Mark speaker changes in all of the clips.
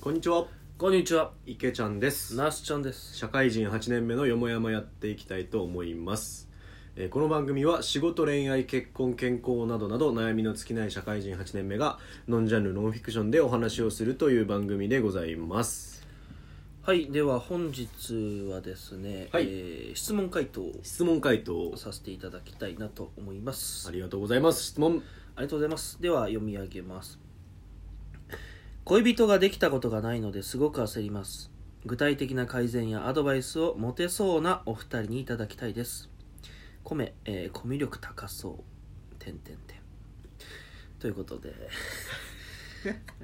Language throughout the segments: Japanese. Speaker 1: こんにちは
Speaker 2: こんにちは、
Speaker 1: 池ちゃんです
Speaker 2: ナースちゃんです。
Speaker 1: 社会人8年目のよもやまやっていきたいと思います、えーこの番組は仕事恋愛結婚健康などなど悩みの尽きない社会人8年目がノンジャンルノンフィクションでお話をするという番組でございます
Speaker 2: はい、では本日はですね、
Speaker 1: はい
Speaker 2: えー質問回答を
Speaker 1: 質問回答
Speaker 2: させていただきたいなと思います。
Speaker 1: あ
Speaker 2: あ
Speaker 1: りがとうございます質問
Speaker 2: りがとうございます。では読み上げます。恋人ができたことがないのですごく焦ります。具体的な改善やアドバイスを持てそうなお二人にいただきたいです。米、えー、コミュ力高そう。てんてんてん。ということ で、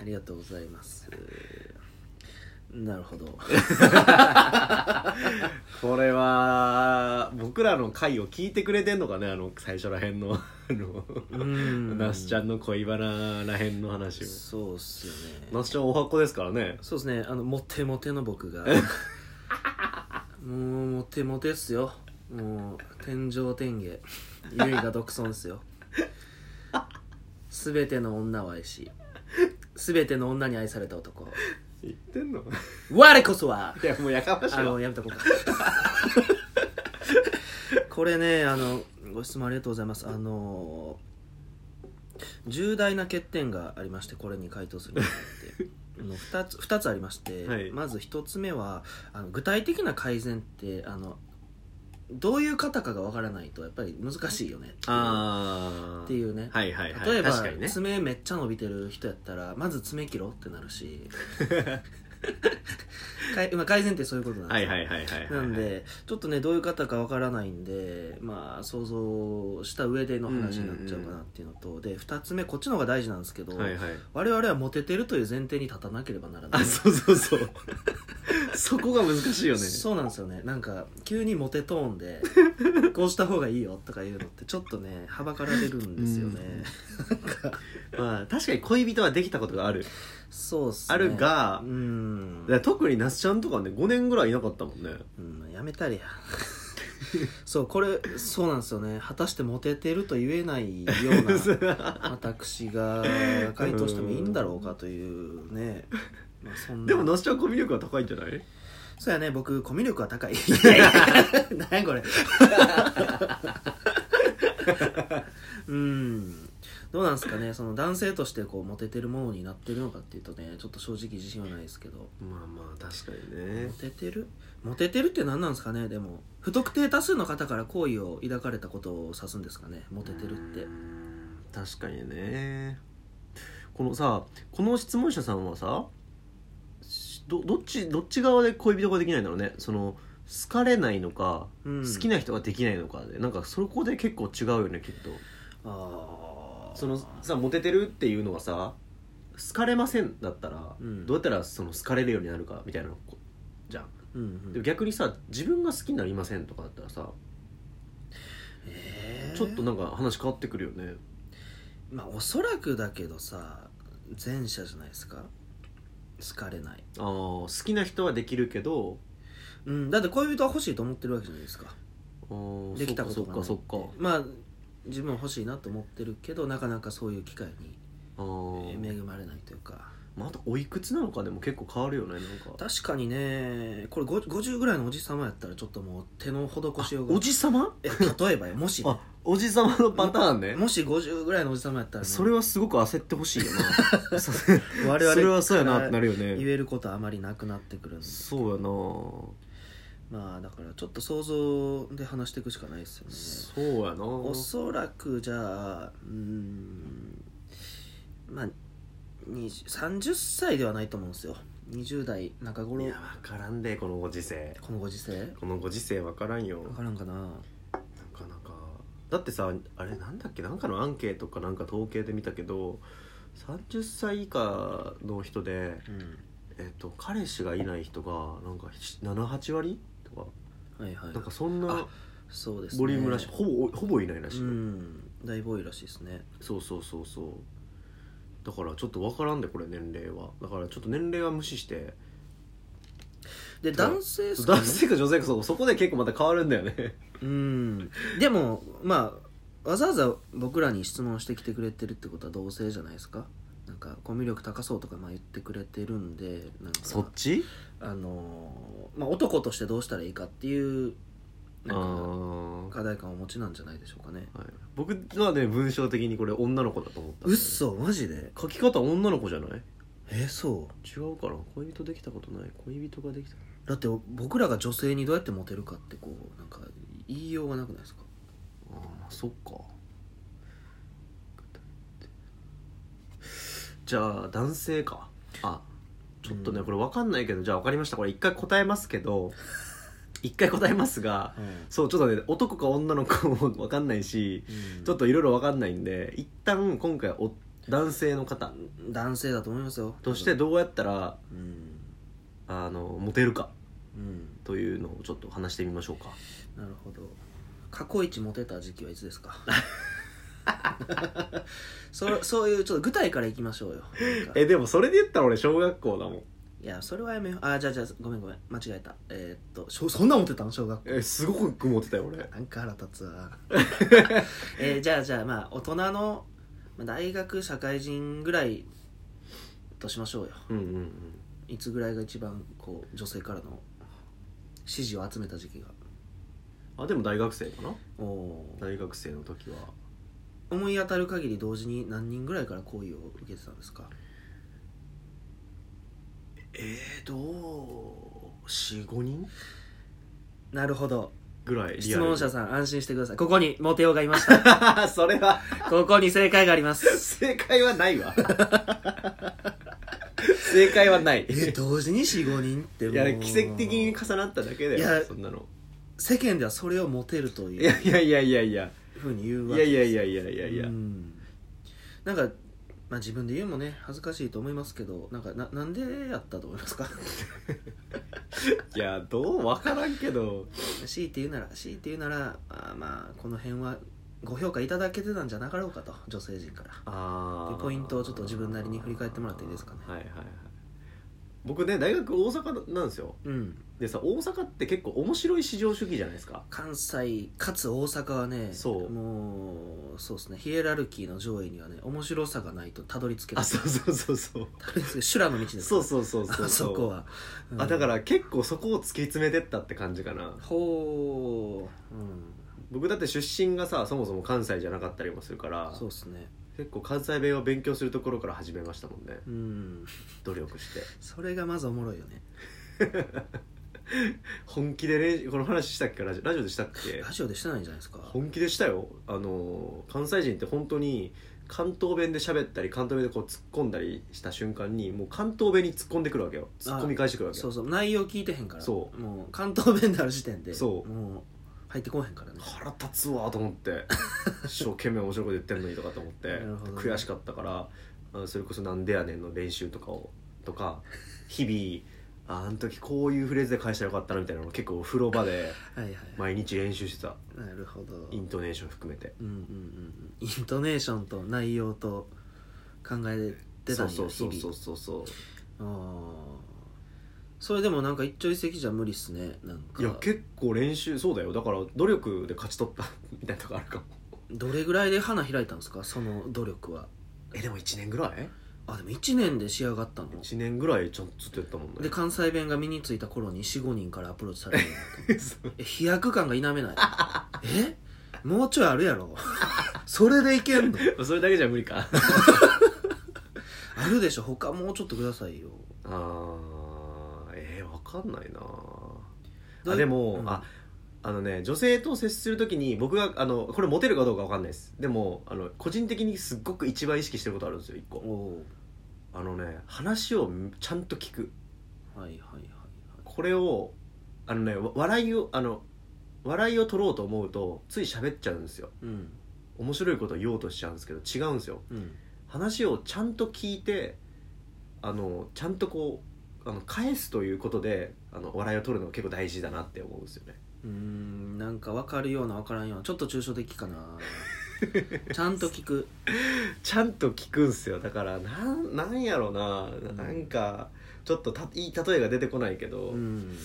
Speaker 2: ありがとうございます。なるほど。
Speaker 1: これは僕らの回を聞いてくれてんのかねあの最初らへんのあの
Speaker 2: うん
Speaker 1: 那須ちゃんの恋バナらへんの話を
Speaker 2: そうっすよ
Speaker 1: 那須
Speaker 2: ね
Speaker 1: ちゃんおはこですからね
Speaker 2: そうっすねあのモテモテの僕 がもうモテモテっすよもう天上天下唯我独尊っすよ全ての女を愛し全ての女に愛された男
Speaker 1: 言ってんの
Speaker 2: 我こそはい
Speaker 1: やもうやかましい
Speaker 2: あ
Speaker 1: わ
Speaker 2: のやめとこうか これねあのご質問ありがとうございますあの重大な欠点がありましてこれに回答するにあた ってあの 2, つ2つありまして、
Speaker 1: はい
Speaker 2: まず1つ目はあの具体的な改善ってあのどういう方かがわからないとやっぱり難しいよねっていう
Speaker 1: ああ
Speaker 2: っていうね
Speaker 1: はいはいはい
Speaker 2: 例えば、
Speaker 1: 確かにね
Speaker 2: 爪めっちゃ伸びてる人やったらまず爪切ろうってなる しかいまあ改善ってそういうことなんです
Speaker 1: はい
Speaker 2: よ
Speaker 1: はいはいはいはい
Speaker 2: なんでちょっとねどういう方かわからないんでまあ想像した上での話になっちゃうかなっていうのと、で2つ目こっちの方が大事なんですけど、
Speaker 1: はいはい
Speaker 2: 我々はモテてるという前提に立たなければならない
Speaker 1: あそうそうそう そこが難しいよね
Speaker 2: そうなんですよねなんか急にモテトー ンでこうした方がいいよとか言うのってちょっとねはばかられるんですよね、
Speaker 1: まあ確かに恋人はできたことがある
Speaker 2: そうっすね
Speaker 1: あるが
Speaker 2: うん
Speaker 1: だから特に那須ちゃんとかね5年ぐらいいなかったもんね
Speaker 2: うんやめ たりやそうこれそうなんですよね果たしてモテてると言えないような 私が回答してもいいんだろうかというね、まあ、そんな
Speaker 1: でも那須ちゃんコミュ力は高いんじゃない
Speaker 2: そうやね僕コミュ力は高いいやいや 何やこれ うんどうなんですかねその男性としてこうモテてるものになってるのかっていうとねちょっと正直自信はないですけど
Speaker 1: まあまあ確かにね
Speaker 2: モテてるモテてるって何なんですかねでも不特定多数の方から好意を抱かれたことを指すんですかねモテてるって
Speaker 1: 確かにねこのさこの質問者さんはさしどどっちどっち側で恋人ができないんだろうねその好かれないのか、
Speaker 2: うん
Speaker 1: 好きな人ができないのかでなんかそこで結構違うよねきっと
Speaker 2: ああ
Speaker 1: そのさモテてるっていうのはさ好かれませんだったら、
Speaker 2: うん
Speaker 1: どうやったらその好かれるようになるかみたいなこじゃん、
Speaker 2: うんうん
Speaker 1: でも逆にさ自分が好きになりませんとかだったらさ
Speaker 2: えー
Speaker 1: ちょっとなんか話変わってくるよね
Speaker 2: まあおそらくだけどさ前者じゃないですか好かれない、
Speaker 1: あー好きな人はできるけど
Speaker 2: うん、だって恋人は欲しいと思ってるわけじゃないですか
Speaker 1: あー
Speaker 2: できたこと
Speaker 1: そっ
Speaker 2: が
Speaker 1: かそっかそっか
Speaker 2: まあ自分は欲しいなと思ってるけどなかなかそういう機会に
Speaker 1: あ
Speaker 2: え
Speaker 1: ー
Speaker 2: 恵まれないというか
Speaker 1: またおいくつなのかでも結構変わるよねなんか
Speaker 2: 確かにねこれご50ぐらいのおじさまやったらちょっともう手の施しようが
Speaker 1: おじさま
Speaker 2: え例えばよもし
Speaker 1: あおじさまのパターンね
Speaker 2: もし50ぐらいのおじさまやったらね、
Speaker 1: それはすごく焦ってほしいよな そ
Speaker 2: 我々
Speaker 1: それはそうやなってなるよ
Speaker 2: 言
Speaker 1: ね
Speaker 2: えることはあまりなくなってくるんで
Speaker 1: そうやな
Speaker 2: まあだからちょっと想像で話していくしかないですよね
Speaker 1: そうやな
Speaker 2: おそらくじゃあうーんまあ20 30歳ではないと思うんですよ20代中頃
Speaker 1: いや分からんでこのご時世
Speaker 2: このご時世
Speaker 1: このご時世分からんよ
Speaker 2: 分からんかな
Speaker 1: なかなかだってさあれなんだっけなんかのアンケートかなんか統計で見たけど30歳以下の人で、
Speaker 2: うん
Speaker 1: えっと、彼氏がいない人がなんか78割とか
Speaker 2: はいはい
Speaker 1: なんかそんな
Speaker 2: あそうですね
Speaker 1: ボリュームらしい、ほぼほぼいないらしい、
Speaker 2: うん大ボーイらしいですね
Speaker 1: そうそうそうそうだからちょっと分からんでこれ年齢はだからちょっと年齢は無視して
Speaker 2: で
Speaker 1: だ
Speaker 2: 男性っすかね
Speaker 1: 男性か女性かそうそこで結構また変わるんだよね
Speaker 2: うんでもまあわざわざ僕らに質問してきてくれてるってことは同性じゃないですかなんかコミュ力高そうとかまあ言ってくれてるんでなんか
Speaker 1: そっち
Speaker 2: あのーまあ、男としてどうしたらいいかっていう
Speaker 1: あ
Speaker 2: なん
Speaker 1: ー
Speaker 2: か課題感をお持ちなんじゃないでしょうかね
Speaker 1: はい、僕はね文章的にこれ女の子だと思ったん
Speaker 2: う
Speaker 1: だよね
Speaker 2: っそマジで
Speaker 1: 書き方女の子じゃない
Speaker 2: えそ
Speaker 1: 違うかな恋人できたことない恋人ができた
Speaker 2: うだって僕らが女性にどうやってモテるかってこうなんか言いようがなくないですか
Speaker 1: ああまあそっかじゃあ男性かあちょっとね、
Speaker 2: うん
Speaker 1: これ分かんないけどじゃあ分かりましたこれ一回答えますけ ど一回答えますがそうちょっとね男か女の子も分かんないし
Speaker 2: うん
Speaker 1: ちょっといろいろ分かんないんで一旦今回お男性の方
Speaker 2: 男性だと思いますよ
Speaker 1: としてどうやったら
Speaker 2: うん
Speaker 1: あのモテるか
Speaker 2: うん
Speaker 1: というのをちょっと話してみましょうか
Speaker 2: なるほど過去一モテた時期はいつで すか そうそういうちょっと具体からいきましょうよなんか
Speaker 1: えでもそれで言ったら俺小学校だもん
Speaker 2: いやそれはやめようあじゃあじゃあごめんごめん間違えたえーっとしょそんなモテたの小学校
Speaker 1: えすごくモテたよ俺
Speaker 2: なんか腹立つわ、 えーじゃあじゃあまあ大人のまあ大学社会人ぐらいとしましょうよ
Speaker 1: うんうんうん
Speaker 2: いつぐらいが一番こう女性からの支持を集めた時期が
Speaker 1: あでも大学生かな
Speaker 2: おおー
Speaker 1: 大学生の時は
Speaker 2: 思い当たる限り同時に何人ぐらいから好意を受けてたんですか
Speaker 1: えー、どう45人
Speaker 2: なるほど
Speaker 1: ぐらい
Speaker 2: 質問者
Speaker 1: さ
Speaker 2: さん安心してくださいここにモテ男がいました
Speaker 1: ん それは
Speaker 2: ここに正解があります
Speaker 1: 正解はないわ 正解はない
Speaker 2: え
Speaker 1: い
Speaker 2: 同時に45人ってもう
Speaker 1: や奇跡的に重なっただけだ
Speaker 2: いや
Speaker 1: よそんなの
Speaker 2: 世間ではそれをモテると
Speaker 1: い
Speaker 2: い
Speaker 1: や
Speaker 2: う
Speaker 1: いやいやいやいや
Speaker 2: ふうに言う
Speaker 1: い
Speaker 2: わ
Speaker 1: や
Speaker 2: け
Speaker 1: いやいやいやいやいや
Speaker 2: うんなんか、まあ、自分で言うのもね恥ずかしいと思いますけどなんかななんでやったと思いますか
Speaker 1: いやどう分からんけど
Speaker 2: 強いて言うなら強いて言うならあーまあこの辺はご評価いただけてたんじゃなかろうかと女性陣から
Speaker 1: あ
Speaker 2: で
Speaker 1: ー
Speaker 2: ポイントをちょっと自分なりに振り返ってもらっていいですかね
Speaker 1: はいはいはい僕ね大学大阪なんですよ
Speaker 2: うん
Speaker 1: でさ大阪って結構面白い市場主義じゃないですか
Speaker 2: 関西かつ大阪はね
Speaker 1: そう
Speaker 2: もうそうですねヒエラルキーの上位にはね面白さがないとたどり着けな
Speaker 1: あ
Speaker 2: い
Speaker 1: そうそうそうそう
Speaker 2: たどり着け修羅の道です
Speaker 1: そうそうそうそう
Speaker 2: あそこは、うん
Speaker 1: あだから結構そこを突き詰めてったって感じかな
Speaker 2: ほううん
Speaker 1: 僕だって出身がさそもそも関西じゃなかったりもするから
Speaker 2: そうですね
Speaker 1: 結構関西弁を勉強するところから始めましたもんね
Speaker 2: うん
Speaker 1: 努力して
Speaker 2: それがまずおもろいよね
Speaker 1: 本気で練この話したっけラジオラジオでしたっけ
Speaker 2: ラジオでしてないんじゃないですか
Speaker 1: 本気でしたよあの関西人って本当に関東弁で喋ったり関東弁でこう突っ込んだりした瞬間にもう関東弁に突っ込んでくるわけよ突っ込み返してくるわけ
Speaker 2: そう
Speaker 1: よ
Speaker 2: そう内容聞いてへんから
Speaker 1: そう
Speaker 2: もう関東弁である時点で
Speaker 1: そう
Speaker 2: もう入ってこへんからね
Speaker 1: 腹立つわと思って 一生懸命面白いこと言ってんのにとかと思って、
Speaker 2: なるほどね
Speaker 1: 悔しかったからあそれこそ「なんでやねん」の練習とかをとか日々ああの時こういうフレーズで返したらよかったなみたいなのを結構お風呂場 で
Speaker 2: はいはい、
Speaker 1: 毎日練習してた
Speaker 2: なるほど
Speaker 1: イントネーション含めて
Speaker 2: うんうんうんうんイントネーションと内容と考えてた
Speaker 1: そ
Speaker 2: ん
Speaker 1: う
Speaker 2: や
Speaker 1: そうそう
Speaker 2: 日
Speaker 1: そ
Speaker 2: 々
Speaker 1: うそうそう
Speaker 2: あーそれでもなんか一朝一夕じゃ無理っすねなんか
Speaker 1: いや結構練習そうだよだから努力で勝ち取ったみたいなとこあるかも
Speaker 2: どれぐらいで花開いたんですかその努力は
Speaker 1: えでも1年ぐらい
Speaker 2: あでも1年で仕上がったの
Speaker 1: ?1 年ぐらいちゃんとずっとやったもんね
Speaker 2: で関西弁が身についた頃に45人からアプローチされるようになったえ飛躍感が否めないえもうちょいあるやろそれでいけんの
Speaker 1: それだけじゃ無理か
Speaker 2: あるでしょ他もうちょっとくださいよ
Speaker 1: あーえー、わかんないな
Speaker 2: ど
Speaker 1: あ
Speaker 2: ういう
Speaker 1: でも、
Speaker 2: うん
Speaker 1: ああのね女性と接するときに僕があのこれモテるかどうかわかんないですでもあの個人的にすっごく一番意識してることあるんですよ一個
Speaker 2: おう
Speaker 1: あのね話をちゃんと聞く
Speaker 2: はいはいはいはい
Speaker 1: これをあのねわ笑いをあの笑いを取ろうと思うとつい喋っちゃうんですよ
Speaker 2: うん
Speaker 1: 面白いことを言おうとしちゃうんですけど違うんですよ
Speaker 2: うん
Speaker 1: 話をちゃんと聞いてあのちゃんとこうあの返すということであの笑いを取るのが結構大事だなって思うんですよね
Speaker 2: うーんなんか分かるような分からんようなちょっと抽象的 かなちゃんと聞く
Speaker 1: ちゃんと聞くんすよだからなんなんやろななんかちょっとたいい例えが出てこないけど、
Speaker 2: うん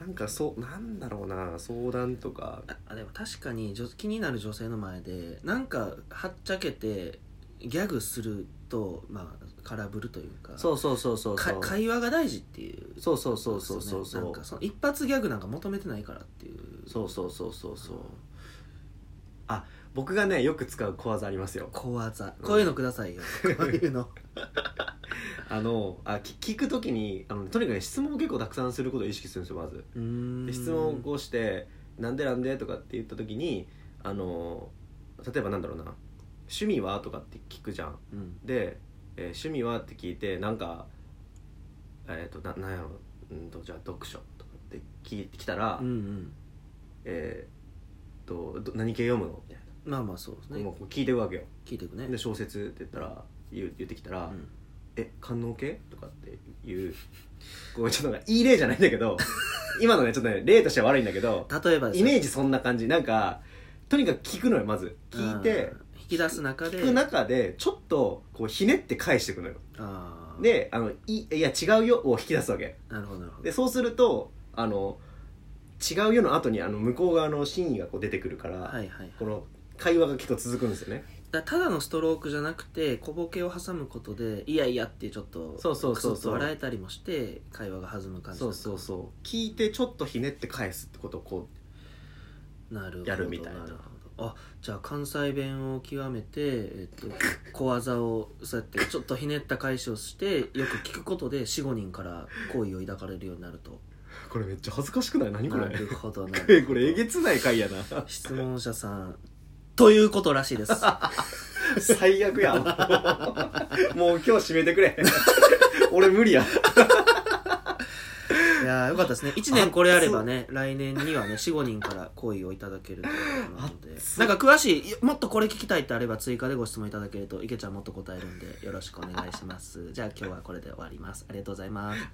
Speaker 1: なんかそうなんだろうな相談とか
Speaker 2: あでも確かに女気になる女性の前でなんかはっちゃけてギャグすると、まあ、空振るというか
Speaker 1: そうそうそうそうそ
Speaker 2: か
Speaker 1: う
Speaker 2: 会話が大事っていう
Speaker 1: そうそうそうそう
Speaker 2: です
Speaker 1: そ
Speaker 2: よ
Speaker 1: う
Speaker 2: ね
Speaker 1: そ
Speaker 2: なん
Speaker 1: う
Speaker 2: かその一発ギャグなんか求めてないからっていう
Speaker 1: そうそうそうそうそうあ僕がねよく使う小技ありますよ
Speaker 2: 小技こういうのくださ いよ、こういうの
Speaker 1: あのあき聞くときにあのとにかくね質問を結構たくさんすることを意識するんですよまず
Speaker 2: うー
Speaker 1: で
Speaker 2: ん
Speaker 1: 質問をこうして「なんでなんで?」とかって言ったときにあの例えばなんだろうな「趣味は?」とかって聞くじゃん
Speaker 2: うん
Speaker 1: で、えー趣味は?」って聞いてなんかえっ、とななんやろうんとじゃあ読書とかって聞いてきたら、
Speaker 2: うんうん
Speaker 1: えーっとど何系読むのみたい
Speaker 2: まあまあそうです
Speaker 1: な、も
Speaker 2: ね
Speaker 1: うこう聞いていくわけよ
Speaker 2: 聞いていくね
Speaker 1: で小説って言ったら言う言ってきたら「
Speaker 2: うん
Speaker 1: え官能系?」とかっていうこうちょっとなんかいい例じゃないんだけ ど今のねちょっとね例としては悪いんだけど
Speaker 2: 例えばです
Speaker 1: イ
Speaker 2: ね
Speaker 1: メージそんな感じなんかとにかく聞くのよまず聞いて
Speaker 2: うん引き出す中で
Speaker 1: 聞く中でちょっとこうひねって返していくのよ
Speaker 2: あー
Speaker 1: であのい「いや違うよ」を引き出すわけ
Speaker 2: なるほどなるほど
Speaker 1: でそうするとあの違うよの後にあの向こう側の真意がこう出てくるから、
Speaker 2: はいはい
Speaker 1: この会話が結構続くんですよね
Speaker 2: だただのストロークじゃなくて小ボケを挟むことでいやいやってちょっと
Speaker 1: そうそうそうそう
Speaker 2: クスッと笑えたりもして会話が弾む感じ
Speaker 1: そうそうそう聞いてちょっとひねって返すってことをこ
Speaker 2: なるほど
Speaker 1: やるみたいな
Speaker 2: るほどあじゃあ関西弁を極めて、えっと、小技をそうやってちょっとひねった返しをしてよく聞くことで45人から好意を抱かれるようになると
Speaker 1: うこれめっちゃ恥ずかしくない何こ
Speaker 2: な
Speaker 1: れ
Speaker 2: るほど な
Speaker 1: これえげつない回やな
Speaker 2: 質問者さんということらしいです
Speaker 1: 最悪やもう今日締めてくれ俺無理や
Speaker 2: いやーよかったですね1年これあればね来年にはね45人から好意をいただけるということなので
Speaker 1: 熱
Speaker 2: なんか詳しいいやもっとこれ聞きたいってあれば追加でご質問いただけると池ちゃんもっと答えるんでよろしくお願いしますじゃあ今日はこれで終わりますありがとうございます